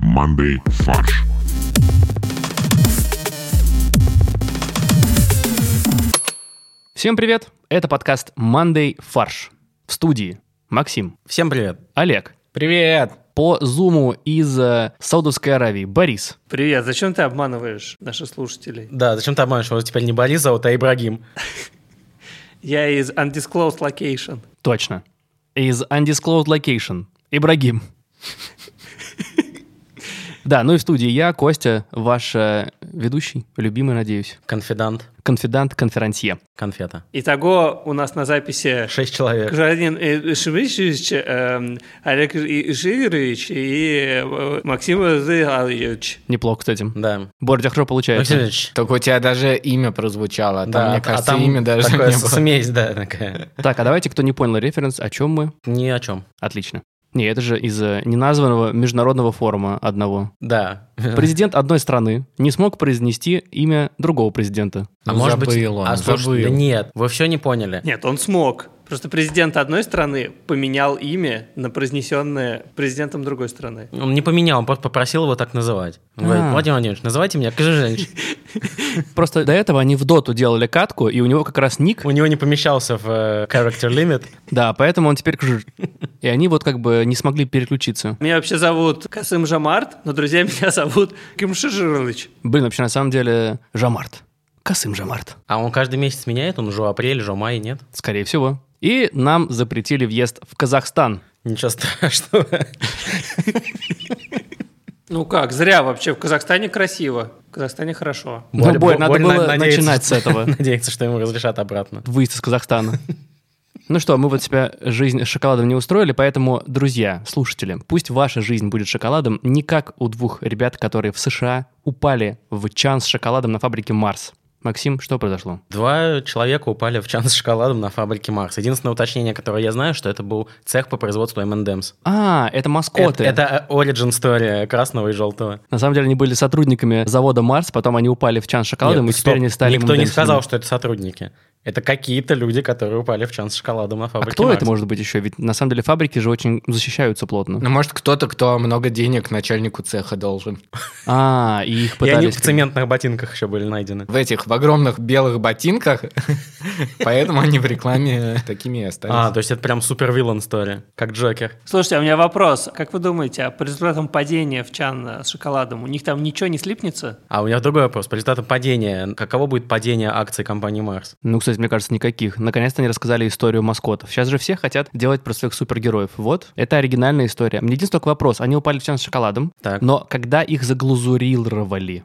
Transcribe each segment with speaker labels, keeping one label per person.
Speaker 1: командой «Фарш».
Speaker 2: Всем привет! Это подкаст Monday Фарш. В студии Максим,
Speaker 3: Всем привет.
Speaker 2: Олег,
Speaker 3: Привет.
Speaker 2: по зуму из э, Саудовской Аравии Борис.
Speaker 4: Привет, зачем ты обманываешь наших слушателей?
Speaker 3: Да, зачем ты обманешь? Его теперь не Борис зовут, а Ибрагим.
Speaker 4: Я из Undisclosed Location.
Speaker 2: Точно. Из Undisclosed Location. Ибрагим. Да, ну и в студии я, Костя, ваш э, ведущий, любимый, надеюсь,
Speaker 3: Конфидант.
Speaker 2: конфидант, конферансье.
Speaker 3: Конфета.
Speaker 4: Итого у нас на записи
Speaker 3: Шесть человек.
Speaker 4: Гражданин э, Шимишевич, эм, Олег И- Ишигович и э, Максим Зыгалович.
Speaker 2: Неплохо, кстати.
Speaker 3: Да.
Speaker 2: Борь, у тебя хорошо
Speaker 3: Максим
Speaker 2: получается.
Speaker 3: Ильич,
Speaker 5: Только у тебя даже имя прозвучало. а Там,
Speaker 3: да,
Speaker 5: мне
Speaker 3: а
Speaker 5: кажется,
Speaker 3: там
Speaker 5: имя даже
Speaker 3: такое
Speaker 5: не было.
Speaker 3: смесь, да, такая.
Speaker 2: Так, а давайте, кто не понял референс, о чем мы?
Speaker 3: Ни о чем.
Speaker 2: Отлично. Не, это же из э, неназванного международного форума одного.
Speaker 3: Да.
Speaker 2: Президент одной страны не смог произнести имя другого президента.
Speaker 5: Ну,
Speaker 3: а может быть...
Speaker 5: забыл он,
Speaker 3: а, слушай,
Speaker 5: забыл.
Speaker 3: да нет, вы все не поняли.
Speaker 4: Нет, он смог. Просто президент одной страны поменял имя на произнесенное президентом другой страны.
Speaker 3: Он не поменял, он просто попросил его так называть. Он говорит,
Speaker 2: А.
Speaker 3: Владимир Владимирович, называйте меня Кожевич.
Speaker 2: Просто до этого они в доту делали катку, и у него как раз ник.
Speaker 3: У него не помещался в э, character limit.
Speaker 2: Да, поэтому он теперь... кж- И они вот как бы не смогли переключиться.
Speaker 4: Меня вообще зовут Касым Жамарт, но друзья меня зовут Ким Шижирович.
Speaker 2: Блин, вообще на самом деле Жамарт. Касым Жамарт.
Speaker 3: А он каждый месяц меняет, он уже апрель, уже май, нет?
Speaker 2: Скорее всего. И нам запретили въезд в Казахстан.
Speaker 3: Ничего страшного.
Speaker 4: Ну как, зря вообще. В Казахстане красиво. В Казахстане хорошо.
Speaker 2: Ну,
Speaker 3: Боль-
Speaker 2: Борь,
Speaker 3: бо-
Speaker 2: надо
Speaker 3: боль
Speaker 2: было
Speaker 3: на- надеется,
Speaker 2: начинать с
Speaker 3: что-
Speaker 2: этого.
Speaker 3: Надеется, что ему разрешат обратно.
Speaker 2: Выезд из Казахстана. Ну что, мы вот себя жизнь с шоколадом не устроили, поэтому, друзья, слушатели, пусть ваша жизнь будет шоколадом не как у двух ребят, которые в США упали в чан с шоколадом на фабрике Марс. Максим, что произошло?
Speaker 3: Два человека упали в чан с шоколадом на фабрике Марс. Единственное уточнение, которое я знаю, что это был цех по производству M&M's.
Speaker 2: А, это
Speaker 3: Это,
Speaker 2: маскоты.
Speaker 3: это э, origin story красного и желтого.
Speaker 2: На самом деле они были сотрудниками завода Марс, потом они упали в чан с шоколадом,
Speaker 3: Нет,
Speaker 2: и теперь
Speaker 3: стоп.
Speaker 2: они стали
Speaker 3: Никто не
Speaker 2: модельщиками.
Speaker 3: сказал, что это сотрудники. Это какие-то люди, которые упали в чан с шоколадом на
Speaker 2: А
Speaker 3: фабрике
Speaker 2: кто
Speaker 3: Марс.
Speaker 2: это может быть еще? Ведь на самом деле фабрики же очень защищаются плотно.
Speaker 5: Ну, может, кто-то, кто много денег начальнику цеха должен.
Speaker 2: А, и их
Speaker 3: И они
Speaker 2: пытались...
Speaker 3: в цементных ботинках еще были найдены.
Speaker 5: В этих, в огромных белых ботинках. Поэтому они в рекламе такими и
Speaker 3: А,
Speaker 5: остались.
Speaker 3: то есть это прям супер виллан story, как Джокер.
Speaker 4: Слушайте, а у меня вопрос. Как вы думаете, а по результатам падения в чан э, с шоколадом у них там ничего не слипнется?
Speaker 3: А у меня другой вопрос. По результатам падения, каково будет падение акций компании Марс?
Speaker 2: Ну, кстати, мне кажется, никаких. Наконец-то они рассказали историю маскотов. Сейчас же все хотят делать про своих супергероев. Вот, это оригинальная история. Мне единственный только вопрос. Они упали в чан с шоколадом,
Speaker 3: Так.
Speaker 2: но когда их заглазурировали...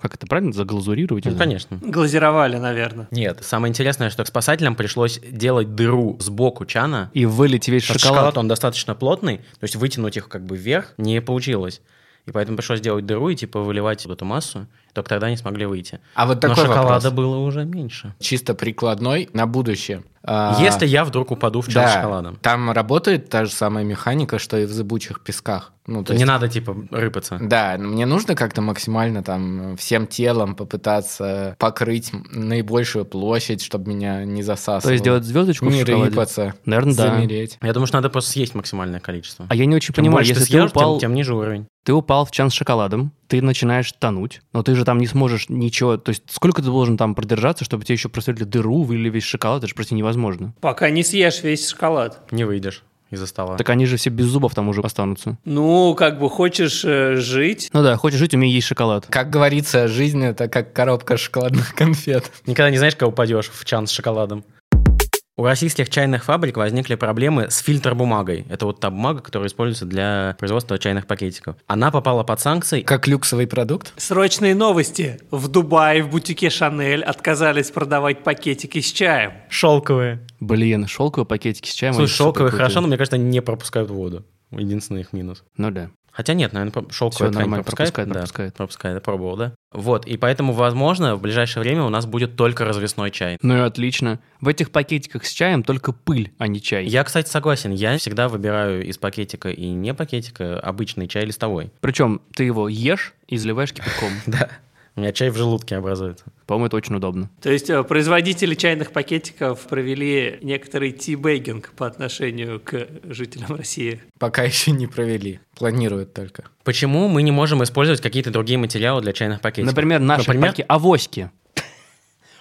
Speaker 2: Как это правильно? Заглазурировать?
Speaker 3: Ну,
Speaker 2: или?
Speaker 3: конечно.
Speaker 4: Глазировали, наверное.
Speaker 3: Нет, самое интересное, что спасателям пришлось делать дыру сбоку чана.
Speaker 2: И вылить весь
Speaker 3: Потому
Speaker 2: шоколад.
Speaker 3: что шоколад, он достаточно плотный, то есть вытянуть их как бы вверх не получилось. И поэтому пришлось делать дыру и типа выливать вот эту массу, только тогда они смогли выйти.
Speaker 5: А вот
Speaker 3: Но
Speaker 5: такой
Speaker 3: шоколада
Speaker 5: вопрос.
Speaker 3: было уже меньше.
Speaker 5: Чисто прикладной на будущее. А,
Speaker 3: Если я вдруг упаду в чан с шоколадом,
Speaker 5: там работает та же самая механика, что и в зыбучих песках. Ну,
Speaker 3: то
Speaker 5: есть-
Speaker 3: не надо типа рыпаться.
Speaker 5: Да, но мне нужно как-то максимально там всем телом попытаться покрыть м- наибольшую площадь, чтобы меня не засасывало.
Speaker 2: То есть делать звездочку в
Speaker 5: не
Speaker 2: шоколаде?
Speaker 5: рыпаться,
Speaker 2: Наверное, да.
Speaker 5: замереть.
Speaker 3: Я думаю, что надо просто съесть максимальное количество.
Speaker 2: А я не очень
Speaker 3: Чем
Speaker 2: понимаю,
Speaker 3: больше
Speaker 2: если ты,
Speaker 3: съешь, тем-
Speaker 2: упал,
Speaker 3: тем, ниже уровень.
Speaker 2: ты упал в чан с шоколадом, ты начинаешь тонуть, но ты же там не сможешь ничего... То есть сколько ты должен там продержаться, чтобы тебе еще просветили дыру, вылили весь шоколад? Это же просто невозможно.
Speaker 4: Пока не съешь весь шоколад.
Speaker 3: Не выйдешь из-за стола.
Speaker 2: Так они же все без зубов там уже останутся.
Speaker 4: Ну, как бы хочешь э, жить.
Speaker 2: Ну да, хочешь жить, умей есть шоколад.
Speaker 5: Как говорится, жизнь это как коробка шоколадных конфет.
Speaker 3: Никогда не знаешь, когда упадешь в чан с шоколадом. У российских чайных фабрик возникли проблемы с фильтр-бумагой. Это вот та бумага, которая используется для производства чайных пакетиков. Она попала под санкции.
Speaker 5: Как люксовый продукт.
Speaker 4: Срочные новости. В Дубае в бутике Шанель отказались продавать пакетики с чаем.
Speaker 3: Шелковые.
Speaker 2: Блин, шелковые пакетики с чаем. они
Speaker 3: Слушай,
Speaker 2: же
Speaker 3: шелковые
Speaker 2: супер
Speaker 3: хорошо, но
Speaker 2: крутые.
Speaker 3: мне кажется, они не пропускают воду. Единственный их минус.
Speaker 2: Ну да.
Speaker 3: Хотя нет, наверное, шелковые
Speaker 2: Всё
Speaker 3: ткань
Speaker 2: нормально,
Speaker 3: пропускает.
Speaker 2: пропускает,
Speaker 3: да,
Speaker 2: пропускает.
Speaker 3: пропускает, я пробовал, да. Вот, и поэтому, возможно, в ближайшее время у нас будет только развесной чай.
Speaker 2: Ну и отлично. В этих пакетиках с чаем только пыль, а не чай.
Speaker 3: Я, кстати, согласен. Я всегда выбираю из пакетика и не пакетика обычный чай листовой.
Speaker 2: Причем ты его ешь и заливаешь кипятком.
Speaker 3: Да. У меня чай в желудке образуется.
Speaker 2: По-моему, это очень удобно.
Speaker 4: То есть э, производители чайных пакетиков провели некоторый тибейгинг по отношению к жителям России.
Speaker 5: Пока еще не провели. Планируют только.
Speaker 3: Почему мы не можем использовать какие-то другие материалы для чайных пакетиков?
Speaker 2: Например, наши
Speaker 3: Например,
Speaker 2: паки авоськи.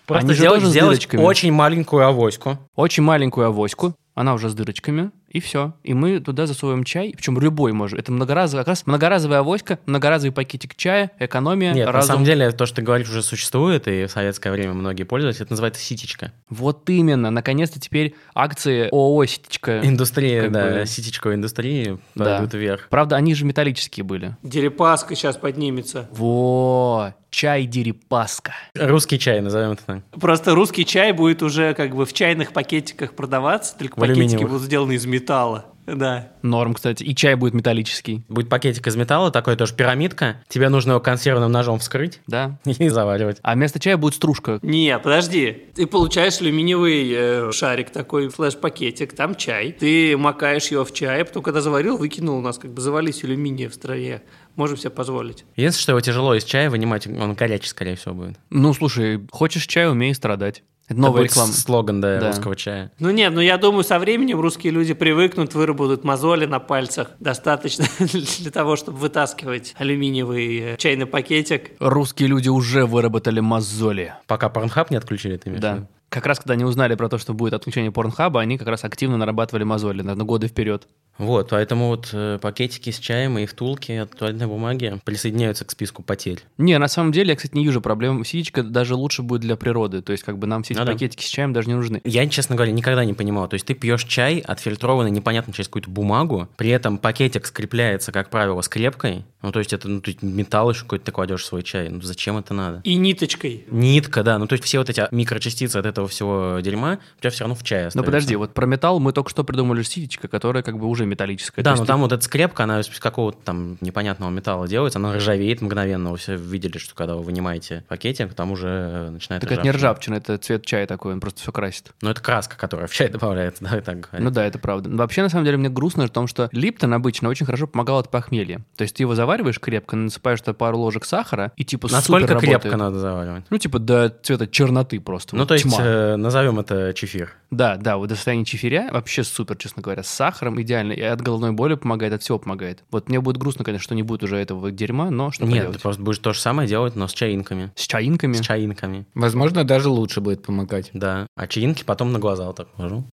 Speaker 3: просто
Speaker 2: они же
Speaker 3: сделать,
Speaker 2: тоже с
Speaker 3: сделать
Speaker 2: дырочками.
Speaker 3: очень маленькую авоську.
Speaker 2: Очень маленькую авоську, она уже с дырочками, и все. И мы туда засовываем чай, причем любой может. Это многоразовый, как раз многоразовая авоська, многоразовый пакетик чая, экономия,
Speaker 3: Нет, на
Speaker 2: разум.
Speaker 3: самом деле то, что ты говоришь, уже существует, и в советское время многие пользовались. Это называется ситечка.
Speaker 2: Вот именно, наконец-то теперь акции ООО «Ситечка».
Speaker 3: Индустрия,
Speaker 2: Как
Speaker 3: да,
Speaker 2: бы-
Speaker 3: ситечковая индустрия
Speaker 2: Да.
Speaker 3: пойдут вверх.
Speaker 2: Правда, они же металлические были.
Speaker 4: Дерипаска сейчас поднимется.
Speaker 2: Во, чай дерипаска.
Speaker 3: Русский чай, назовем это так.
Speaker 4: Просто русский чай будет уже как бы в чайных пакетиках продаваться, только
Speaker 3: В
Speaker 4: пакетики
Speaker 3: алюминиевых.
Speaker 4: будут сделаны из металла. Да.
Speaker 2: Норм, кстати. И чай будет металлический.
Speaker 3: Будет пакетик из металла, такой тоже пирамидка. Тебе нужно его консервным ножом вскрыть
Speaker 2: Да.
Speaker 3: и заваривать.
Speaker 2: А вместо чая будет стружка.
Speaker 4: Не, подожди. Ты получаешь алюминиевый э, шарик такой, флеш-пакетик, там чай. Ты макаешь его в чай, а потом когда заварил, выкинул, у нас как бы завались алюминия в стране. Можем себе позволить.
Speaker 3: Единственное, что его тяжело из чая вынимать, он горячий, скорее всего, будет.
Speaker 2: Ну, слушай, хочешь чай, умей страдать. Это новая
Speaker 3: Это будет
Speaker 2: реклама.
Speaker 3: с- слоган, да,
Speaker 2: Да.
Speaker 3: русского чая.
Speaker 4: Ну нет, ну я думаю, со временем русские люди привыкнут, выработают мозоли на пальцах. Достаточно для того, чтобы вытаскивать алюминиевый э, чайный пакетик.
Speaker 2: Русские люди уже выработали мозоли.
Speaker 3: Пока Порнхаб не отключили, ты имеешь в
Speaker 2: Да.
Speaker 3: виду?
Speaker 2: Как раз когда они узнали про то, что будет отключение порнхаба, они как раз активно нарабатывали мозоли, наверное, годы вперед.
Speaker 3: Вот, поэтому вот э, пакетики с чаем и втулки от туалетной бумаги присоединяются к списку потерь.
Speaker 2: Не, на самом деле, я, кстати, не вижу проблем. Ситечка даже лучше будет для природы. То есть, как бы нам все эти
Speaker 3: Ну да.
Speaker 2: пакетики с чаем даже не нужны.
Speaker 3: Я, честно говоря, никогда не понимал. То есть ты пьешь чай, отфильтрованный непонятно через какую-то бумагу, при этом пакетик скрепляется, как правило, скрепкой. Ну, то есть это ну, ты металл еще какой-то ты кладешь в свой чай. Ну, зачем это надо?
Speaker 4: И ниточкой.
Speaker 3: Нитка, да. Ну, то есть все вот эти микрочастицы от этого всего дерьма у тебя все равно в чае
Speaker 2: Но
Speaker 3: остаются.
Speaker 2: Ну, подожди, вот про металл мы только что придумали ситечка, которая как бы уже металлическая. То
Speaker 3: Да,
Speaker 2: есть
Speaker 3: но
Speaker 2: ты-
Speaker 3: там вот эта скрепка, она из какого-то там непонятного металла делается, она ржавеет мгновенно. Вы все видели, что когда вы вынимаете пакетик, там уже э, начинает
Speaker 2: Так это не ржавчина,
Speaker 3: ржавчина.
Speaker 2: это цвет чая такой, он просто все красит.
Speaker 3: Ну, это краска, которая в чай добавляется, да, и так говорят.
Speaker 2: Ну да, это правда. Но вообще, на самом деле, мне грустно в том, что липтон обычно очень хорошо помогал от похмелья. То есть ты его завариваешь крепко, насыпаешь туда пару ложек сахара, и типа
Speaker 3: Насколько
Speaker 2: супер
Speaker 3: крепко
Speaker 2: работает.
Speaker 3: надо заваривать?
Speaker 2: Ну, типа до цвета черноты просто.
Speaker 3: Ну,
Speaker 2: вот
Speaker 3: то есть,
Speaker 2: тьма.
Speaker 3: э, назовем это чефир.
Speaker 2: Да, да, вот до состояния чиферя вообще супер, честно говоря, с сахаром идеально. И от головной боли помогает, от всего помогает. Вот мне будет грустно, конечно, что не будет уже этого дерьма, но что
Speaker 3: Нет,
Speaker 2: Ну, поделать.
Speaker 3: ты просто будешь то же самое делать, но с чаинками.
Speaker 2: С чаинками.
Speaker 3: С чаинками,
Speaker 5: Возможно, даже лучше будет помогать.
Speaker 3: да. А чаинки потом на глаза вот так положу.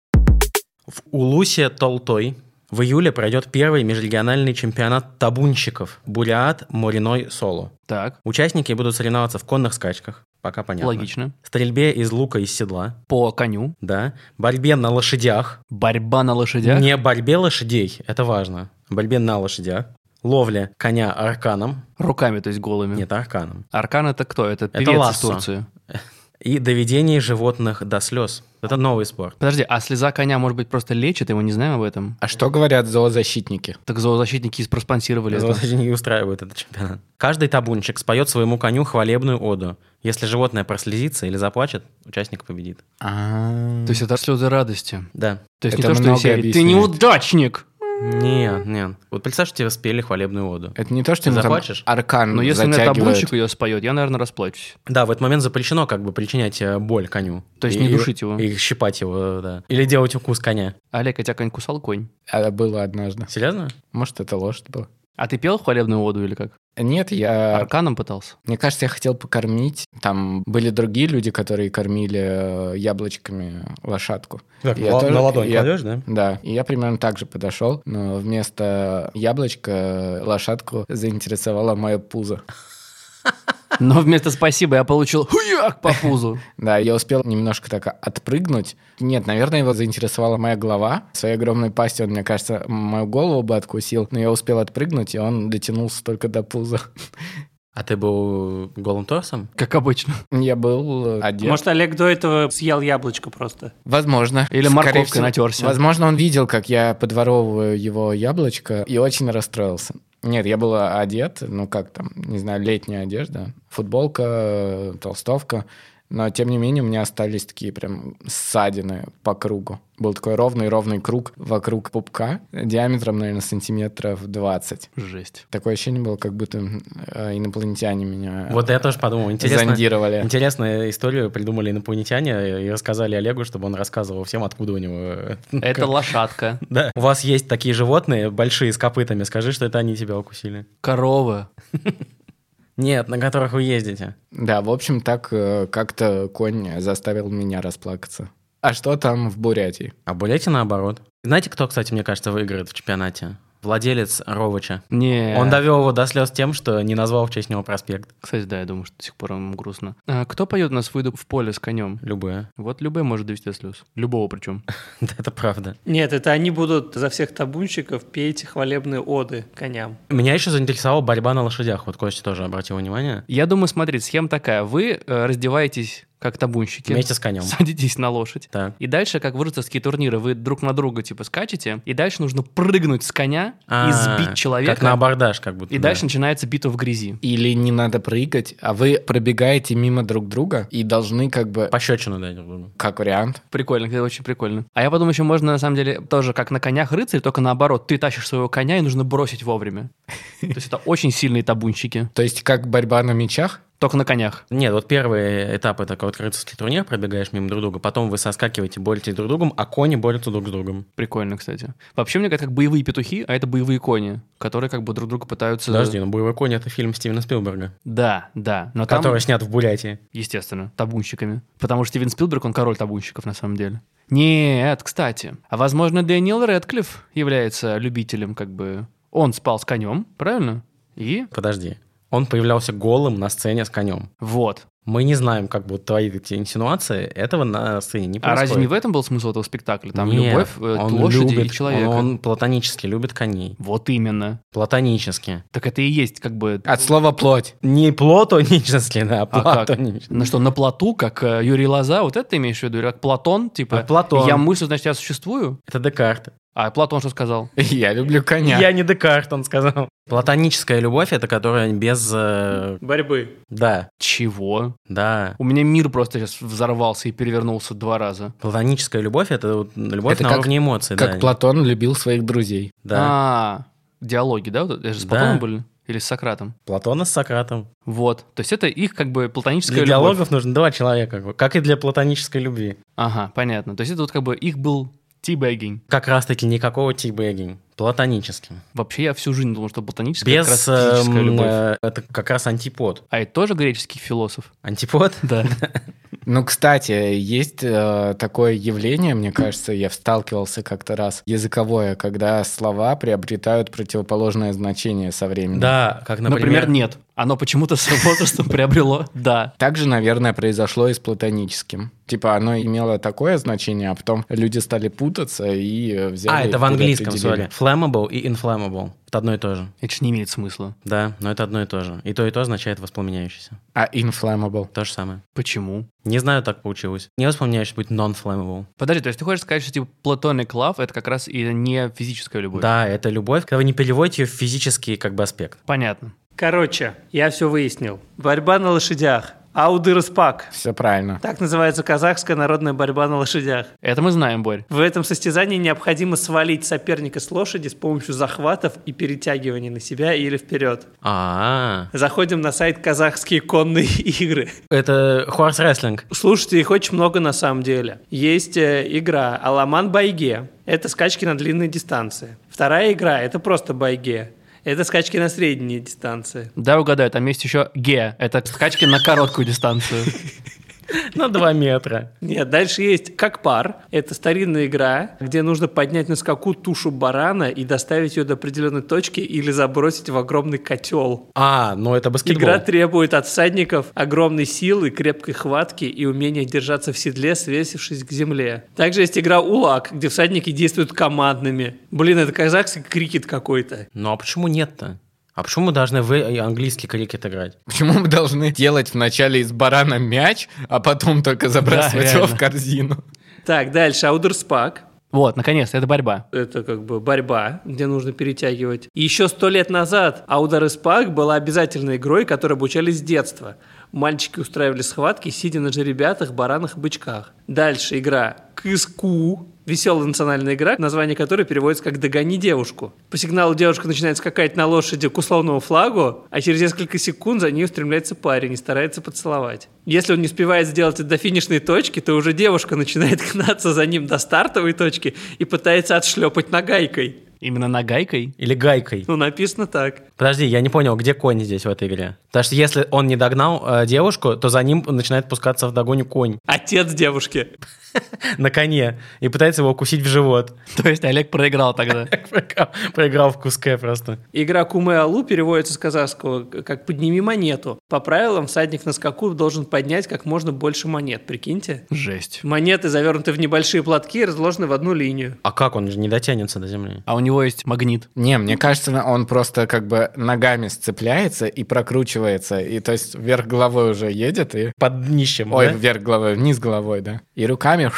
Speaker 3: В Улусе Толтой в июле пройдет первый межрегиональный чемпионат табунщиков «Бурят Мориной Соло».
Speaker 2: Так,
Speaker 3: Участники будут соревноваться в конных скачках, пока понятно.
Speaker 2: логично.
Speaker 3: Стрельбе из лука из седла,
Speaker 2: По коню.
Speaker 3: да. Борьбе на лошадях.
Speaker 2: Борьба на лошадях.
Speaker 3: Не борьбе лошадей, это важно. Борьбе на лошадях. Ловля коня арканом.
Speaker 2: Руками, то есть голыми.
Speaker 3: Нет, арканом.
Speaker 2: Аркан это кто? Это
Speaker 3: Это
Speaker 2: певец из
Speaker 3: лассо.
Speaker 2: Турции.
Speaker 3: И доведение животных до слез. Это новый спорт.
Speaker 2: Подожди, а слеза коня, может быть, просто лечит, и мы не знаем об этом?
Speaker 5: А что говорят зоозащитники?
Speaker 2: Так зоозащитники и проспонсировали это.
Speaker 3: Золотые не устраивают этот чемпионат. Каждый табунчик споет своему коню хвалебную оду. Если животное прослезится или заплачет, участник победит.
Speaker 2: То есть это слезы радости.
Speaker 3: Да.
Speaker 2: То есть
Speaker 5: Это
Speaker 2: не то, что из
Speaker 5: многое
Speaker 2: серии, Ты
Speaker 5: объясняет.
Speaker 2: неудачник!
Speaker 3: Нет, нет. Вот представь, что тебе спели хвалебную оду.
Speaker 5: Это не то, что
Speaker 3: Ты
Speaker 5: им там
Speaker 3: заплачешь?
Speaker 5: аркан
Speaker 2: Но если у меня
Speaker 5: затягивает.
Speaker 2: табунчик ее споет, я, наверное, расплачусь.
Speaker 3: Да, в этот момент запрещено как бы причинять э, боль коню.
Speaker 2: То есть не душить его.
Speaker 3: И щипать его, да. Или делать укус коня.
Speaker 2: Олег, а тебя конь кусал конь.
Speaker 5: А, было однажды.
Speaker 3: Серьезно?
Speaker 5: Может, это лошадь была?
Speaker 2: А ты пел хвалебную оду или как?
Speaker 5: Нет, я...
Speaker 2: Арканом пытался.
Speaker 5: Мне кажется, я хотел покормить. Там были другие люди, которые кормили э, яблочками лошадку.
Speaker 3: Так,
Speaker 5: Я тоже- я-
Speaker 3: да?
Speaker 5: Да, и я примерно так же подошел, но вместо яблочка лошадку заинтересовала мое пузо.
Speaker 2: Но вместо спасибо я получил хуяк по пузу.
Speaker 5: Да, я успел немножко так отпрыгнуть. Нет, наверное, его заинтересовала моя голова. Своей огромной пастью он, мне кажется, мою голову бы откусил, но я успел отпрыгнуть, и он дотянулся только до пуза.
Speaker 3: А ты был голым торсом?
Speaker 2: Как обычно.
Speaker 5: Я был э, одет.
Speaker 4: Может, Олег до этого съел яблочко просто.
Speaker 5: Возможно.
Speaker 2: Или
Speaker 5: Скорее
Speaker 2: морковкой
Speaker 5: всего.
Speaker 2: натерся.
Speaker 5: Возможно, он видел, как я подворовываю его яблочко, и очень расстроился. Нет, я был одет, ну как там, не знаю, летняя одежда, футболка, э, толстовка, Но, тем не менее, у меня остались такие прям ссадины по кругу. Был такой ровный-ровный круг вокруг пупка, диаметром, наверное, сантиметров 20.
Speaker 2: Жесть.
Speaker 5: Такое ощущение было, как будто э, инопланетяне меня
Speaker 3: Вот я тоже подумал, интересно.
Speaker 5: зондировали.
Speaker 3: Интересную историю придумали инопланетяне и рассказали Олегу, чтобы он рассказывал всем, откуда у него... э,
Speaker 2: Это лошадка,
Speaker 3: Да. У вас есть такие животные, большие, с копытами. Скажи, что это они тебя укусили.
Speaker 2: корова.
Speaker 3: Нет, на которых вы ездите.
Speaker 5: Да, в общем, так э, как-то конь заставил меня расплакаться. А что там в Бурятии?
Speaker 3: А Булете наоборот. Знаете, кто, кстати, мне кажется, выиграет в чемпионате? Владелец Ровача.
Speaker 2: Не.
Speaker 3: Он довел его до слез тем, что не назвал в честь него проспект.
Speaker 2: Кстати, да, я думаю, что до сих пор ему грустно. А кто поет у нас выйду в поле с конем?
Speaker 3: Любое.
Speaker 2: Вот любой может довести до слез. Любого причем.
Speaker 3: Да, это правда.
Speaker 4: Нет, это они будут за всех табунщиков петь хвалебные оды коням.
Speaker 3: Меня еще заинтересовала борьба на лошадях. Вот Костя тоже обратил внимание.
Speaker 2: Я думаю, смотри, схема такая. Вы э, раздеваетесь, как табунщики.
Speaker 3: Вместе с конем.
Speaker 2: Садитесь на лошадь.
Speaker 3: Так.
Speaker 2: И дальше, как в рыцарские турниры, вы друг на друга типа скачете, и дальше нужно прыгнуть с коня
Speaker 3: А,
Speaker 2: и сбить человека.
Speaker 3: Как на абордаж, как будто.
Speaker 2: И
Speaker 3: да.
Speaker 2: дальше начинается битва в грязи.
Speaker 5: Или не надо прыгать, а вы пробегаете мимо друг друга и должны как бы,
Speaker 3: Пощечину дать. друг другу.
Speaker 5: как вариант,
Speaker 2: Прикольно, это очень прикольно. А я подумал, еще можно, на самом деле, тоже как на конях рыцарь, только наоборот. Ты тащишь своего коня, и нужно бросить вовремя. То есть это очень сильные табунщики.
Speaker 5: то есть как борьба на мечах,
Speaker 2: Только на конях.
Speaker 3: Нет, вот первый этап это вот рыцарский турнир, пробегаешь мимо друг друга, потом вы соскакиваете, боретесь друг с другом, а кони борются друг с другом.
Speaker 2: Прикольно, кстати. Вообще, мне кажется, как боевые петухи, а это боевые кони, которые как бы друг друга пытаются...
Speaker 3: Подожди, ну «Боевой конь» — это фильм Стивена Спилберга,
Speaker 2: Да, да. Но там,
Speaker 3: который снят в Бурятии.
Speaker 2: естественно, табунщиками. Потому что Стивен Спилберг, он король табунщиков на самом деле. Нет, кстати. А возможно, Дэниел Рэдклифф является любителем как бы... Он спал с конем, правильно? И
Speaker 3: Подожди. Он появлялся голым на сцене с конем.
Speaker 2: вот.
Speaker 3: Мы не знаем, как будут твои эти инсинуации, этого на сцене не
Speaker 2: А
Speaker 3: происходит.
Speaker 2: разве не в этом был смысл этого спектакля? Там
Speaker 3: Нет,
Speaker 2: любовь э,
Speaker 3: он
Speaker 2: лошади
Speaker 3: любит-
Speaker 2: и человека.
Speaker 3: Он, он платонически любит коней.
Speaker 2: Вот именно.
Speaker 3: Платонически.
Speaker 2: Так это и есть как бы...
Speaker 3: А
Speaker 5: от слова «плоть».
Speaker 3: Не платонически, да, а
Speaker 2: как?
Speaker 3: платонически.
Speaker 2: На что, на плоту, как э, Юрий Лоза, вот это ты имеешь в виду? Или Как Платон, типа...
Speaker 3: Как Платон.
Speaker 2: Я мыслю, значит, я существую?
Speaker 3: Это Декарт.
Speaker 2: А Платон что сказал?
Speaker 5: Я люблю коня.
Speaker 3: Я не Декарт, он сказал. Платоническая любовь — это которая без... э,
Speaker 4: Борьбы.
Speaker 3: да,
Speaker 2: Чего?
Speaker 3: да.
Speaker 2: У меня мир просто сейчас взорвался и перевернулся два раза.
Speaker 3: Платоническая любовь — это вот любовь
Speaker 5: Это
Speaker 3: на
Speaker 5: как-
Speaker 3: уровне эмоций.
Speaker 5: Как
Speaker 3: да.
Speaker 5: Платон любил своих друзей.
Speaker 3: да.
Speaker 2: А, диалоги, да? Вот Это же с
Speaker 3: Да.
Speaker 2: Платоном были? Или с Сократом?
Speaker 3: Платона с Сократом.
Speaker 2: Вот. То есть это их как бы платоническая
Speaker 3: Для
Speaker 2: любовь.
Speaker 3: диалогов нужно два человека, как бы, как и для платонической любви.
Speaker 2: Ага, понятно. То есть это вот как бы их был тибэггинг.
Speaker 3: Как раз-таки никакого тибэггинг. Платоническим.
Speaker 2: Вообще я всю жизнь думал, что платоническая
Speaker 3: Без...
Speaker 2: как раз физическая
Speaker 3: эм,
Speaker 2: любовь.
Speaker 3: э, это как раз антипод.
Speaker 2: А это тоже греческий философ?
Speaker 3: Антипод?
Speaker 2: Да.
Speaker 5: Ну, кстати, есть э, такое явление, мне кажется, я сталкивался как-то раз, языковое, когда слова приобретают противоположное значение со временем.
Speaker 3: Да, как, например...
Speaker 2: Например, нет. Оно почему-то с возрастом приобрело «да».
Speaker 5: Так же, наверное, произошло и с платоническим. Типа оно имело такое значение, а потом люди стали путаться и э, взяли...
Speaker 3: А,
Speaker 5: и
Speaker 3: это в английском, сори.
Speaker 5: переопределили.
Speaker 3: Flammable и inflammable. Это одно и то же.
Speaker 2: Это же не имеет смысла.
Speaker 3: Да, но это одно и то же. И то, и то означает воспламеняющийся.
Speaker 5: А inflammable.
Speaker 3: То же самое.
Speaker 2: Почему?
Speaker 3: Не знаю, так получилось. Не воспламеняющий будет non-flammable.
Speaker 2: Подожди, то есть ты хочешь сказать, что типа platonic love — это как раз и не физическая любовь?
Speaker 3: Да, это любовь, когда вы не переводите ее в физический как бы аспект.
Speaker 2: Понятно.
Speaker 4: Короче, я все выяснил. Борьба на лошадях. Аудырспак.
Speaker 5: Все правильно.
Speaker 4: Так называется казахская народная борьба на лошадях.
Speaker 2: Это мы знаем, Борь.
Speaker 4: В этом состязании необходимо свалить соперника с лошади с помощью захватов и перетягиваний на себя или вперед.
Speaker 3: А,
Speaker 4: Заходим на сайт казахские конные игры.
Speaker 3: это хорс рестлинг.
Speaker 4: Слушайте, их очень много на самом деле. Есть э, игра Аламан Байге. Это скачки на длинные дистанции. Вторая игра это просто Байге. Это скачки на средние дистанции.
Speaker 2: Да, угадаю, там есть еще ге. Это скачки на короткую дистанцию.
Speaker 3: На два метра.
Speaker 4: Нет, дальше есть как пар. Это старинная игра, где нужно поднять на скаку тушу барана и доставить ее до определенной точки или забросить в огромный котел.
Speaker 3: А, ну это баскетбол.
Speaker 4: Игра требует от всадников огромной силы, крепкой хватки и умения держаться в седле, свесившись к земле. Также есть игра «Улак», где всадники действуют командными. Блин, это казахский крикет какой-то.
Speaker 3: Ну а почему нет-то? А почему мы должны в и английский крикет играть?
Speaker 5: Почему мы должны делать вначале из барана мяч, а потом только забрасывать его
Speaker 2: реально.
Speaker 5: в корзину?
Speaker 4: Так, дальше, «Аудерспак».
Speaker 2: Вот, наконец-то, это борьба.
Speaker 4: Это как бы борьба, где нужно перетягивать. И еще сто лет назад Outer Space была обязательной игрой, которой обучались с детства. Мальчики устраивали схватки, сидя на жеребятах, баранах и бычках. Дальше игра «Кыску», веселая национальная игра, название которой переводится как «Догони девушку». По сигналу девушка начинает скакать на лошади к условному флагу, а через несколько секунд за ней устремляется парень и старается поцеловать. Если он не успевает сделать это до финишной точки, то уже девушка начинает гнаться за ним до стартовой точки и пытается отшлепать нагайкой.
Speaker 2: Именно нагайкой.
Speaker 3: Или гайкой.
Speaker 4: Ну, написано так.
Speaker 3: Подожди, я не понял, где конь здесь в этой игре? Потому что если он не догнал э, девушку, то за ним начинает пускаться в догоню конь
Speaker 4: Отец девушки.
Speaker 3: на коне и пытается его укусить в живот.
Speaker 2: То есть Олег проиграл тогда.
Speaker 3: Проиграл, проиграл в куске просто.
Speaker 4: Игра Куме Алу переводится с казахского как «подними монету». По правилам, всадник на скаку должен поднять как можно больше монет, прикиньте.
Speaker 2: Жесть.
Speaker 4: Монеты завернуты в небольшие платки и разложены в одну линию.
Speaker 3: А как он же не дотянется до земли?
Speaker 2: А у него есть магнит.
Speaker 5: Не, мне кажется, на- он просто как бы ногами сцепляется и прокручивается. И то есть вверх головой уже едет и...
Speaker 3: Под днищем,
Speaker 5: Ой,
Speaker 3: да?
Speaker 5: вверх головой, вниз головой, да. И руками...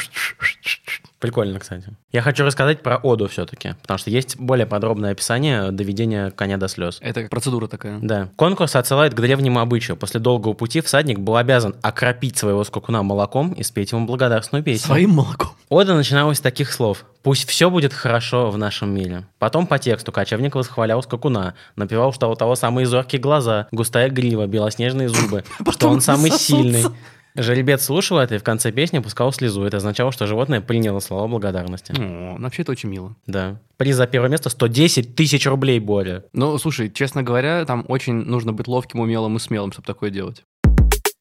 Speaker 3: Прикольно, кстати. Я хочу рассказать про Оду все-таки, потому что есть более подробное описание доведения коня до слез.
Speaker 2: Это как процедура такая.
Speaker 3: Да. Конкурс отсылает к древнему обычаю. После долгого пути всадник был обязан окропить своего скакуна молоком и спеть ему благодарственную песню.
Speaker 2: Своим молоком.
Speaker 3: Ода начиналась с таких слов. «Пусть все будет хорошо в нашем мире». Потом по тексту кочевник восхвалял скакуна, напевал, что у того самые зоркие глаза, густая грива, белоснежные зубы, что
Speaker 2: Потом
Speaker 3: он самый
Speaker 2: сосутся.
Speaker 3: сильный. Жеребец слушал это и в конце песни пускал слезу. Это означало, что животное приняло слова благодарности.
Speaker 2: О, ну, вообще это очень мило.
Speaker 3: Да. Приз за первое место 110 тысяч рублей, Боря.
Speaker 2: Ну, слушай, честно говоря, там очень нужно быть ловким, умелым и смелым, чтобы такое делать.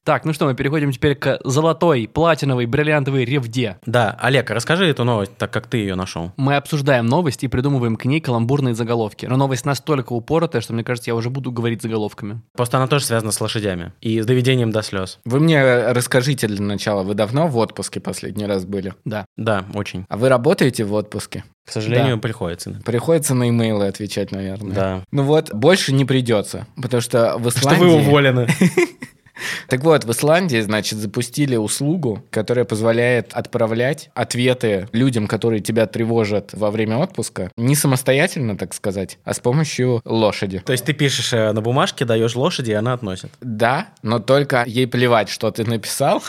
Speaker 2: Так, ну что, мы переходим теперь к золотой, платиновой, бриллиантовой ревде.
Speaker 3: Да, Олег, расскажи эту новость, так как ты ее нашел.
Speaker 2: Мы обсуждаем новость и придумываем к ней каламбурные заголовки. Но новость настолько упоротая, что, мне кажется, я уже буду говорить заголовками.
Speaker 3: Просто она тоже связана с лошадями и с доведением до слез.
Speaker 5: Вы мне э, расскажите для начала, вы давно в отпуске последний раз были?
Speaker 2: Да.
Speaker 3: Да, очень.
Speaker 5: А вы работаете в отпуске?
Speaker 3: К сожалению, приходится.
Speaker 5: Приходится на имейлы отвечать, наверное.
Speaker 3: Да.
Speaker 5: Ну вот, больше не придется, потому что в
Speaker 3: Что
Speaker 5: Исландии...
Speaker 3: вы уволены.
Speaker 5: Так вот, в Исландии, значит, запустили услугу, которая позволяет отправлять ответы людям, которые тебя тревожат во время отпуска, не самостоятельно, так сказать, а с помощью лошади.
Speaker 3: То есть ты пишешь э, на бумажке, даешь лошади, и она относит.
Speaker 5: Да, но только ей плевать, что ты написал.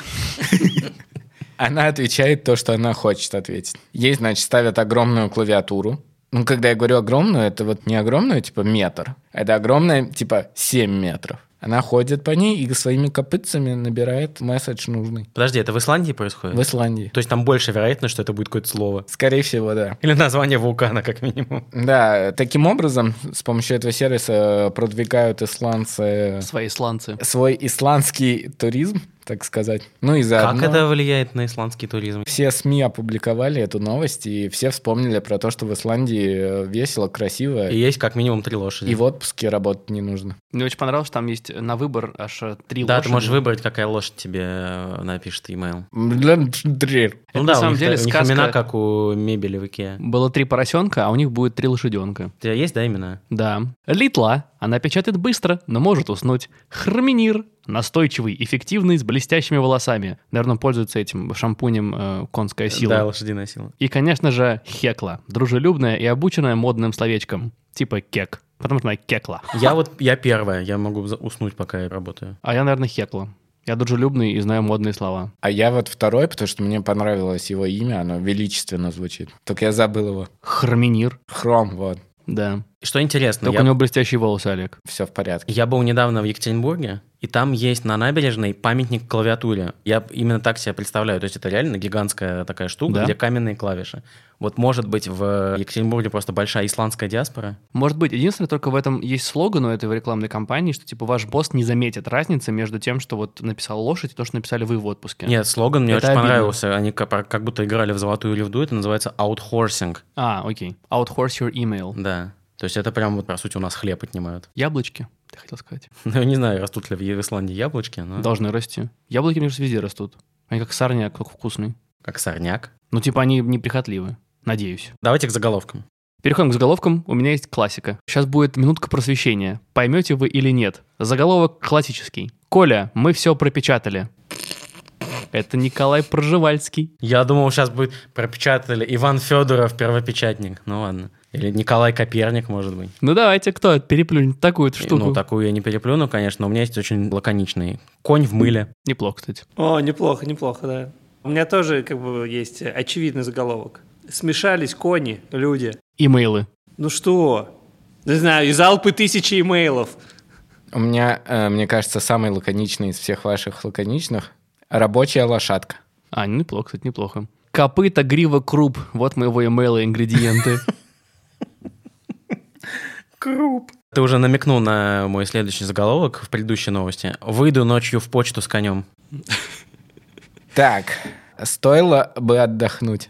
Speaker 5: Она отвечает то, что она хочет ответить. Ей, значит, ставят огромную клавиатуру. Ну, когда я говорю огромную, это вот не огромную, типа метр. Это огромная, типа 7 метров. Она ходит по ней и своими копытцами набирает месседж нужный.
Speaker 3: Подожди, это в Исландии происходит?
Speaker 5: В Исландии.
Speaker 3: То есть там больше вероятность, что это будет какое-то слово.
Speaker 5: Скорее всего, да.
Speaker 3: Или название вулкана, как минимум.
Speaker 5: Да, таким образом, с помощью этого сервиса э, продвигают исландцы э,
Speaker 2: Свои сланцы.
Speaker 5: свой исландский туризм, так сказать. Ну и заодно...
Speaker 3: Как это влияет на исландский туризм?
Speaker 5: Все СМИ опубликовали эту новость, и все вспомнили про то, что в Исландии э, весело, красиво,
Speaker 3: И
Speaker 5: и,
Speaker 3: есть как минимум три лошади.
Speaker 5: в отпуске работать не нужно.
Speaker 2: Мне очень понравилось, что там есть на выбор аж э, три
Speaker 3: да,
Speaker 2: лошади.
Speaker 3: ты можешь выбрать, какая лошадь тебе э, напишет имейл.
Speaker 5: Блин,
Speaker 2: Это
Speaker 3: ну
Speaker 2: на
Speaker 3: да,
Speaker 2: самом
Speaker 3: у них,
Speaker 2: деле
Speaker 3: у них
Speaker 2: сказка-
Speaker 3: имена, как у мебели в Икеа.
Speaker 2: Было три поросенка, а у них будет три лошаденка.
Speaker 3: У тебя есть, да, имена?
Speaker 2: Да. Литла. Она печатает быстро, но может уснуть. Хроминир. Настойчивый, эффективный, с блестящими волосами. Наверное, пользуется этим шампунем э, конская сила.
Speaker 3: Да, лошадиная сила.
Speaker 2: И, конечно же, Хекла. Дружелюбная и обученная модным словечком. Типа кек. Потому что она кекла.
Speaker 3: Я вот, я первая, я могу за- уснуть, пока я работаю.
Speaker 2: А я, наверное, хекла. Я дружелюбный и знаю модные слова.
Speaker 5: А я вот второй, потому что мне понравилось его имя, оно величественно звучит. Только я забыл его.
Speaker 2: Хроминир.
Speaker 5: Хром, вот,
Speaker 2: Да.
Speaker 3: Что интересно,
Speaker 2: Только
Speaker 3: Ну, я-
Speaker 2: у него блестящие волосы, Олег.
Speaker 5: все в порядке.
Speaker 3: Я был недавно в Екатеринбурге, и там есть на набережной памятник клавиатуре. Я именно так себе представляю. То есть это реально гигантская такая штука,
Speaker 2: Да.
Speaker 3: где каменные клавиши. Вот может быть в Екатеринбурге просто большая исландская диаспора.
Speaker 2: Может быть, единственное, только в этом есть слоган у этой рекламной кампании, что типа ваш босс не заметит разницы между тем, что вот написала лошадь и то, что написали вы в отпуске.
Speaker 3: Нет, слоган мне
Speaker 2: Это
Speaker 3: очень
Speaker 2: обидно.
Speaker 3: понравился. Они ка- про- как будто играли в золотую ревду. Это называется outhorsing.
Speaker 2: А, окей. Outhorse your email.
Speaker 3: Да. То есть это прям вот, по сути, у нас хлеб отнимают.
Speaker 2: Яблочки, ты хотел сказать.
Speaker 3: Ну, я не знаю, растут ли в Исландии яблочки, но
Speaker 2: Должны расти. Яблоки, мне кажется, везде растут. Они как сорняк, как вкусный.
Speaker 3: как сорняк.
Speaker 2: Ну, типа, они неприхотливы. Надеюсь.
Speaker 3: Давайте к заголовкам.
Speaker 2: Переходим к заголовкам. У меня есть классика. Сейчас будет минутка просвещения. Поймете вы или нет. Заголовок классический. Коля, мы все пропечатали. Это Николай Проживальский.
Speaker 3: Я думал, сейчас будет пропечатали Иван Федоров, первопечатник. Ну ладно. Или Николай Коперник, может быть.
Speaker 2: Ну давайте, кто переплюнет такую
Speaker 3: И,
Speaker 2: штуку?
Speaker 3: Ну, такую я не переплюну, конечно, но у меня есть очень лаконичный. Конь в мыле.
Speaker 2: Неплохо, кстати.
Speaker 4: О, неплохо, неплохо, да. У меня тоже как бы есть очевидный заголовок. Смешались кони, люди.
Speaker 2: Имейлы.
Speaker 4: Ну что? Не знаю, из алпы тысячи имейлов.
Speaker 5: У меня, э, мне кажется, самый лаконичный из всех ваших лаконичных – рабочая лошадка.
Speaker 2: А, ну, неплохо, кстати, неплохо. Копыта, грива, круп. Вот моего имейла ингредиенты.
Speaker 3: Ты уже намекнул на мой следующий заголовок в предыдущей новости. Выйду ночью в почту с конем.
Speaker 5: Так, стоило бы отдохнуть.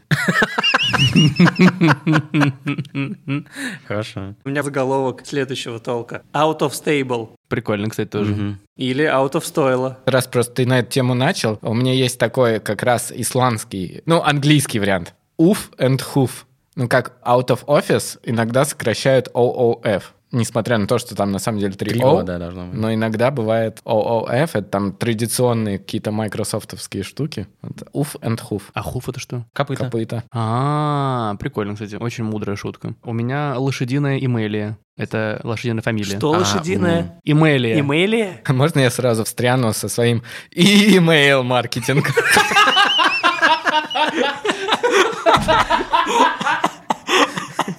Speaker 3: Хорошо.
Speaker 4: У меня заголовок следующего толка. Out of stable.
Speaker 2: Прикольно, кстати, тоже.
Speaker 3: Мгм.
Speaker 4: Или out of стойла.
Speaker 5: Раз просто ты на эту тему начал, у меня есть такой как раз исландский, ну, английский вариант. Уф and хуф. Ну, как out of office иногда сокращают OOF. Несмотря на то, что там на самом деле три
Speaker 3: Три
Speaker 5: O,
Speaker 3: О, да, должно быть.
Speaker 5: но иногда бывает OOF, это там традиционные какие-то майкрософтовские штуки. Вот Уф and хуф.
Speaker 2: А хуф это что?
Speaker 3: Копыта.
Speaker 5: Копыта.
Speaker 2: А, прикольно, кстати. Очень мудрая шутка. У меня лошадиная имейлия. Это лошадиная фамилия.
Speaker 4: Что
Speaker 3: А,
Speaker 4: лошадиное?
Speaker 2: Имейлия.
Speaker 4: Имейлия?
Speaker 5: Можно я сразу встряну со своим email маркетингом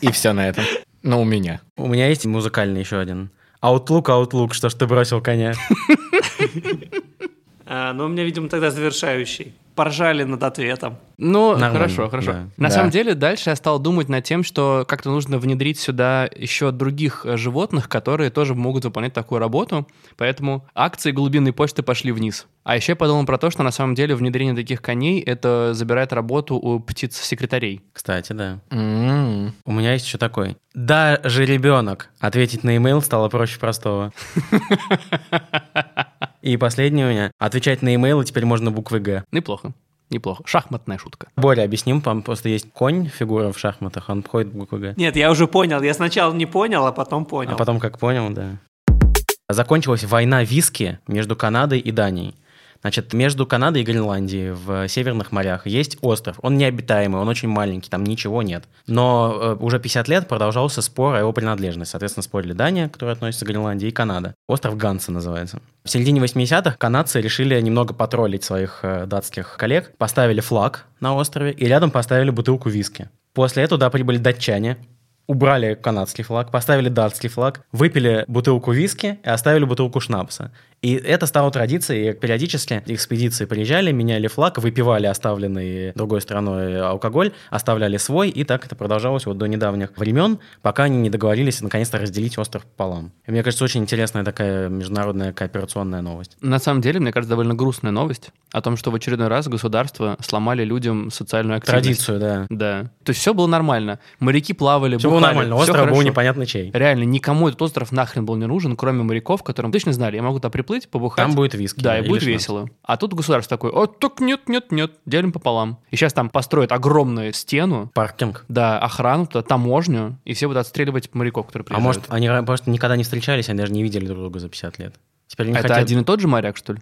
Speaker 5: И все на этом. Но у меня.
Speaker 3: У меня есть музыкальный еще один. Outlook, Outlook, что ж ты бросил коня?
Speaker 4: А, ну, у меня, видимо, тогда завершающий. Поржали над ответом.
Speaker 2: Ну,
Speaker 3: Нормально,
Speaker 2: хорошо, хорошо.
Speaker 3: да.
Speaker 2: На
Speaker 5: Да.
Speaker 2: самом деле, дальше я стал думать над тем, что как-то нужно внедрить сюда еще других э, животных, которые тоже могут выполнять такую работу. Поэтому акции глубинной почты пошли вниз. А еще я подумал про то, что на самом деле внедрение таких коней это забирает работу у птиц-секретарей.
Speaker 3: Кстати, да.
Speaker 5: М.
Speaker 3: У меня есть еще такой. Даже ребенок. Ответить на имейл стало проще простого. И последний у меня. Отвечать на имейлы теперь можно буквы Г.
Speaker 2: Неплохо. Неплохо. Шахматная шутка.
Speaker 3: Боря, объясним, там просто есть конь, фигура в шахматах, он входит в букву Г.
Speaker 4: Нет, я уже понял. Я сначала не понял, а потом понял.
Speaker 3: А потом, как понял, да. Закончилась война виски между Канадой и Данией. Значит, между Канадой и Гренландией в северных морях есть остров. Он необитаемый, он очень маленький, там ничего нет. Но э, уже 50 лет продолжался спор о его принадлежности. Соответственно, спорили Дания, которая относится к Гренландии, и Канада. Остров Ганса называется. В середине 80-х канадцы решили немного потроллить своих э, датских коллег, поставили флаг на острове и рядом поставили бутылку виски. После этого туда прибыли датчане, убрали канадский флаг, поставили датский флаг, выпили бутылку виски и оставили бутылку шнапса. И это стало традицией, и периодически экспедиции приезжали, меняли флаг, выпивали оставленный другой страной алкоголь, оставляли свой, и так это продолжалось вот до недавних времен, пока они не договорились наконец-то разделить остров пополам. И мне кажется, очень интересная такая международная кооперационная новость.
Speaker 2: На самом деле, мне кажется, довольно грустная новость о том, что в очередной раз государство сломали людям социальную активность.
Speaker 3: Традицию, да.
Speaker 2: Да. То есть все было нормально. Моряки плавали,
Speaker 3: Все было
Speaker 2: бухали,
Speaker 3: нормально,
Speaker 2: всё
Speaker 3: остров был
Speaker 2: хорошо.
Speaker 3: непонятно чей.
Speaker 2: Реально, никому этот остров нахрен был не нужен, кроме моряков, которым точно знали, я могу туда приплыть, побухать.
Speaker 3: Там будет виски.
Speaker 2: Да, и
Speaker 3: или
Speaker 2: будет
Speaker 3: шнапс.
Speaker 2: весело. А тут государство такое, о, так нет, нет, нет, делим пополам. И сейчас там построят огромную стену,
Speaker 3: Паркинг.
Speaker 2: да, охрану, туда таможню, и все будут отстреливать моряков, которые
Speaker 3: А
Speaker 2: приезжают.
Speaker 3: может, они ра- просто никогда не встречались, они даже не видели друг друга за 50 лет. Теперь они,
Speaker 2: А это
Speaker 3: хотят-
Speaker 2: один и тот же моряк, что ли?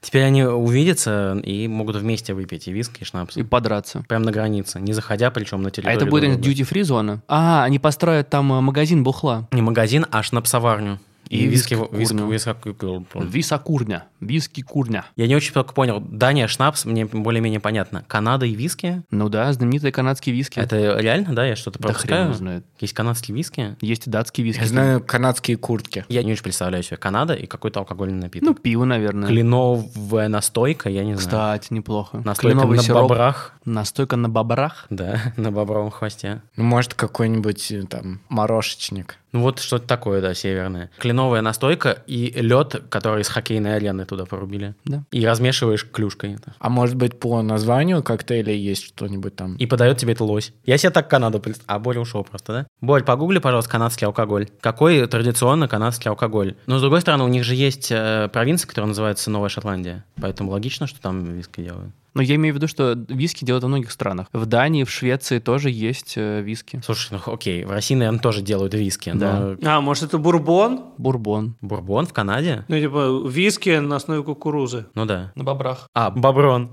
Speaker 3: Теперь они увидятся и могут вместе выпить и виски, и шнапс.
Speaker 2: И подраться.
Speaker 3: Прямо на границе, не заходя, причем на
Speaker 2: А
Speaker 3: территорию.
Speaker 2: это будет
Speaker 3: друг друга.
Speaker 2: дьюти-фри зона? А, они построят там э, магазин бухла.
Speaker 3: Не магазин, а шнапсоварню.
Speaker 2: И
Speaker 3: И, виски...
Speaker 2: виски-курню.
Speaker 3: виски- виски-
Speaker 2: Високурня. Виски курня.
Speaker 3: Я не очень только понял. Дания, шнапс, мне более-менее понятно. Канада и виски?
Speaker 2: Ну да, знаменитые канадские виски.
Speaker 3: Это реально, да? Я что-то
Speaker 2: да хрен его
Speaker 3: пропускаю?
Speaker 2: знает.
Speaker 3: Есть канадские виски?
Speaker 2: Есть и датские виски.
Speaker 5: Я знаю канадские куртки.
Speaker 3: Я не очень представляю себе. Канада и какой-то алкогольный напиток.
Speaker 2: Ну, пиво, наверное.
Speaker 3: Кленовая настойка, я не знаю.
Speaker 2: Кстати, неплохо.
Speaker 3: Настойка
Speaker 2: Кленовый
Speaker 3: на
Speaker 2: сироп.
Speaker 3: бобрах.
Speaker 2: Настойка на бобрах.
Speaker 3: Да, на бобровом хвосте.
Speaker 5: Ну, может, какой-нибудь э, там морошечник.
Speaker 3: Ну вот что-то такое, да, северное. Кленовая настойка и лед, который из хоккейной арены туда порубили.
Speaker 2: Да.
Speaker 3: И размешиваешь клюшкой. это.
Speaker 5: А может быть, по названию коктейля есть что-нибудь там?
Speaker 3: И подает тебе это лось. Я себе так Канаду представ- А Боря ушел просто, да? Борь, погугли, пожалуйста, канадский алкоголь. Какой традиционно канадский алкоголь? Но, с другой стороны, у них же есть э, провинция, которая называется Новая Шотландия. Поэтому логично, что там виски делают.
Speaker 2: Но Ну, я имею в виду, что виски делают во многих странах. В Дании, в Швеции тоже есть э, виски.
Speaker 3: Слушай, ну х- окей, в России, наверное, тоже делают виски, но
Speaker 4: А, может, это бурбон?
Speaker 2: Бурбон.
Speaker 3: бурбон в Канаде?
Speaker 4: Ну, типа, виски на основе кукурузы.
Speaker 3: Ну да.
Speaker 2: На бобрах.
Speaker 3: А, боброн.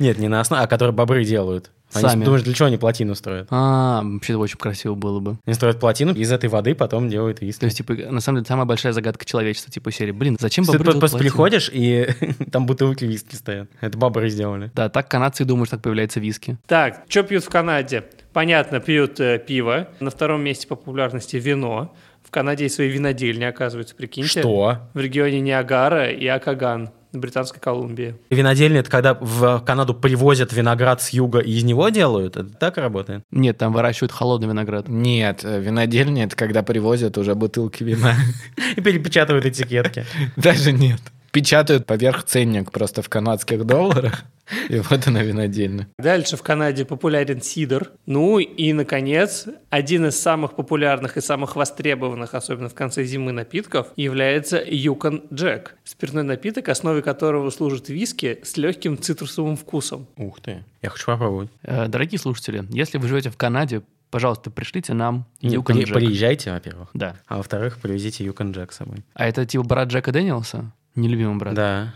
Speaker 3: Нет, не на основе, а которые бобры делают. Они
Speaker 2: Сами.
Speaker 3: думаешь, для чего они плотину строят?
Speaker 2: А, вообще-то очень красиво было бы.
Speaker 3: Они строят плотину, из этой воды потом делают виски.
Speaker 2: То есть, типа, на самом деле, самая большая загадка человечества, типа, серии, блин, зачем
Speaker 3: Ты
Speaker 2: бобры
Speaker 3: просто
Speaker 2: делают плотину?
Speaker 3: просто приходишь, и там бутылки виски стоят. Это бобры сделали.
Speaker 2: Да, так канадцы и думают, что так появляется виски.
Speaker 4: Так, что пьют в Канаде? Понятно, пьют э, пиво. На втором месте по популярности вино. В Канаде есть свои винодельни, оказывается, прикиньте.
Speaker 3: Что?
Speaker 4: В регионе Ниагара и Акаган, Британской Колумбии.
Speaker 3: Винодельня — это когда в Канаду привозят виноград с юга и из него делают? Это так работает?
Speaker 2: Нет, там выращивают холодный виноград.
Speaker 5: Нет, э, винодельня это когда привозят уже бутылки вина.
Speaker 3: И перепечатывают этикетки.
Speaker 5: Даже нет. Печатают поверх ценник просто в канадских долларах. И вот она винодельня.
Speaker 4: Дальше в Канаде популярен сидр. Ну и, наконец, один из самых популярных и самых востребованных, особенно в конце зимы, напитков является Юкон Джек. Спиртной напиток, основой которого служит виски с легким цитрусовым вкусом.
Speaker 3: Ух ты. Я хочу попробовать.
Speaker 2: Э, Дорогие слушатели, если вы живете в Канаде, пожалуйста, пришлите нам
Speaker 3: И
Speaker 2: Юкон
Speaker 3: при-
Speaker 2: Джек.
Speaker 3: Приезжайте, во-первых.
Speaker 2: Да.
Speaker 3: А во-вторых, привезите Юкон Джек с собой.
Speaker 2: А это типа брат Джека Дэниелса? Нелюбимый брат.
Speaker 3: Да.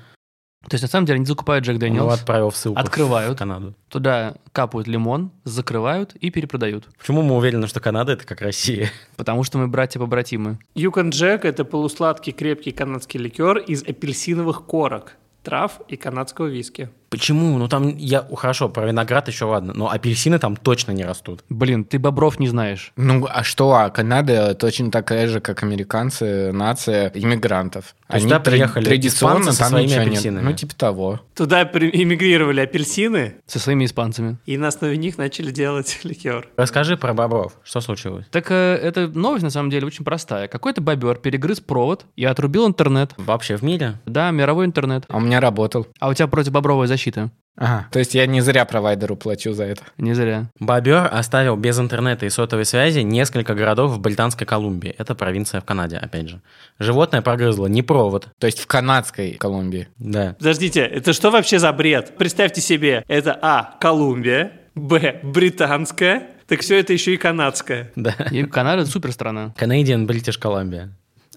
Speaker 2: То есть, на самом деле, они закупают Джек
Speaker 3: Ну,
Speaker 2: Дэниелс,
Speaker 3: отправил ссылку в
Speaker 2: Открывают.
Speaker 3: Канаду.
Speaker 2: туда капают лимон, закрывают и перепродают.
Speaker 3: Почему мы уверены, что Канада — это как Россия?
Speaker 2: Потому что мы братья-побратимы.
Speaker 4: Юкон Джек – это полусладкий крепкий канадский ликер из апельсиновых корок, трав и канадского виски.
Speaker 3: Почему? Ну там я... Хорошо, про виноград еще ладно, но апельсины там точно не растут.
Speaker 2: Блин, ты бобров не знаешь.
Speaker 5: Ну, а что? А Канада точно такая же, как американцы, нация иммигрантов.
Speaker 3: То есть туда
Speaker 5: тра-
Speaker 3: приехали испанцы
Speaker 5: традиционно
Speaker 3: со
Speaker 5: там
Speaker 3: своими
Speaker 5: ничего нет.
Speaker 3: апельсинами.
Speaker 5: Ну, типа того.
Speaker 4: Туда при- эмигрировали апельсины,
Speaker 2: Со своими испанцами.
Speaker 4: и на основе них начали делать ликер.
Speaker 3: Расскажи про бобров. Что случилось?
Speaker 2: Так э, эта новость, на самом деле, очень простая. Какой-то бобер перегрыз провод и отрубил интернет.
Speaker 3: Вообще в мире?
Speaker 2: Да, мировой интернет.
Speaker 5: А у меня работал.
Speaker 2: А у тебя противобобровая защита.
Speaker 5: Ага. То есть я не зря провайдеру плачу за это.
Speaker 2: Не зря.
Speaker 3: Бобер оставил без интернета и сотовой связи несколько городов в Британской Колумбии. Это провинция в Канаде, опять же. Животное прогрызло не провод.
Speaker 5: То есть в канадской Колумбии.
Speaker 3: Да.
Speaker 4: Подождите, это что вообще за бред? Представьте себе, это А. Колумбия, Б. Британская, так все это еще и канадская.
Speaker 3: Да.
Speaker 2: И Канада супер страна.
Speaker 3: Canadian British Columbia.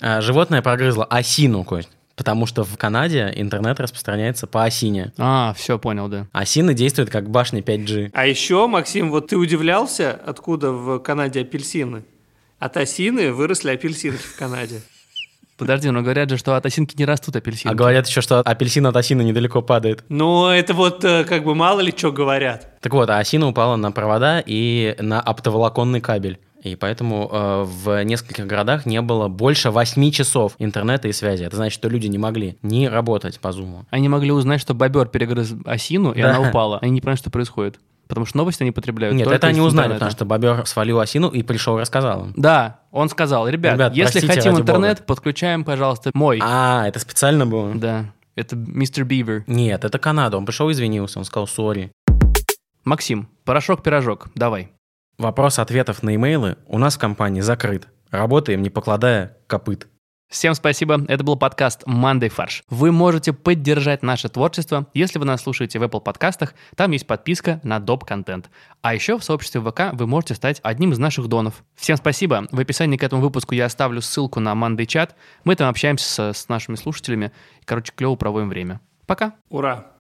Speaker 3: А, Животное прогрызло осину, Кость, потому что в Канаде интернет распространяется по осине.
Speaker 2: А, все, понял, да.
Speaker 3: Осина действует как башня 5G.
Speaker 4: А еще, Максим, вот ты удивлялся, откуда в Канаде апельсины? От осины выросли апельсинки в Канаде.
Speaker 2: Подожди, но говорят же, что от осинки не растут
Speaker 3: А
Speaker 2: апельсины.
Speaker 3: говорят еще, что апельсин от осины недалеко падает.
Speaker 4: Но это вот э, как бы мало ли что говорят.
Speaker 3: Так вот, а осина упала на провода и на оптоволоконный кабель. И поэтому э, в нескольких городах не было больше 8 часов интернета и связи. Это значит, что люди не могли ни работать по зуму.
Speaker 2: Они могли узнать, что бобер перегрыз осину, и
Speaker 3: Да.
Speaker 2: она упала. Они не понимают, что происходит. Потому что новости они потребляют.
Speaker 3: Нет,
Speaker 2: только
Speaker 3: это они
Speaker 2: из
Speaker 3: узнали, потому
Speaker 2: интернета.
Speaker 3: что бобер свалил осину и пришел и рассказал им.
Speaker 2: Да, он сказал, ребят,
Speaker 3: Ребят,
Speaker 2: если
Speaker 3: простите,
Speaker 2: хотим
Speaker 3: ради
Speaker 2: интернет, подключаем, пожалуйста, мой.
Speaker 3: А, это специально было?
Speaker 2: Да, это мистер Бивер.
Speaker 3: Нет, это Канада. Он пришел, извинился, он сказал сори.
Speaker 2: Максим, порошок-пирожок, давай.
Speaker 3: Вопрос ответов на имейлы у нас в компании закрыт. Работаем, не покладая копыт.
Speaker 2: Всем спасибо, это был подкаст «Мандай фарш». Вы можете поддержать наше творчество, если вы нас слушаете в Apple подкастах, там есть подписка на доп. контент. А еще в сообществе ВК вы можете стать одним из наших донов. Всем спасибо, в описании к этому выпуску я оставлю ссылку на «Мандай чат», мы там общаемся с, с нашими слушателями, короче, клево проводим время. Пока!
Speaker 4: Ура!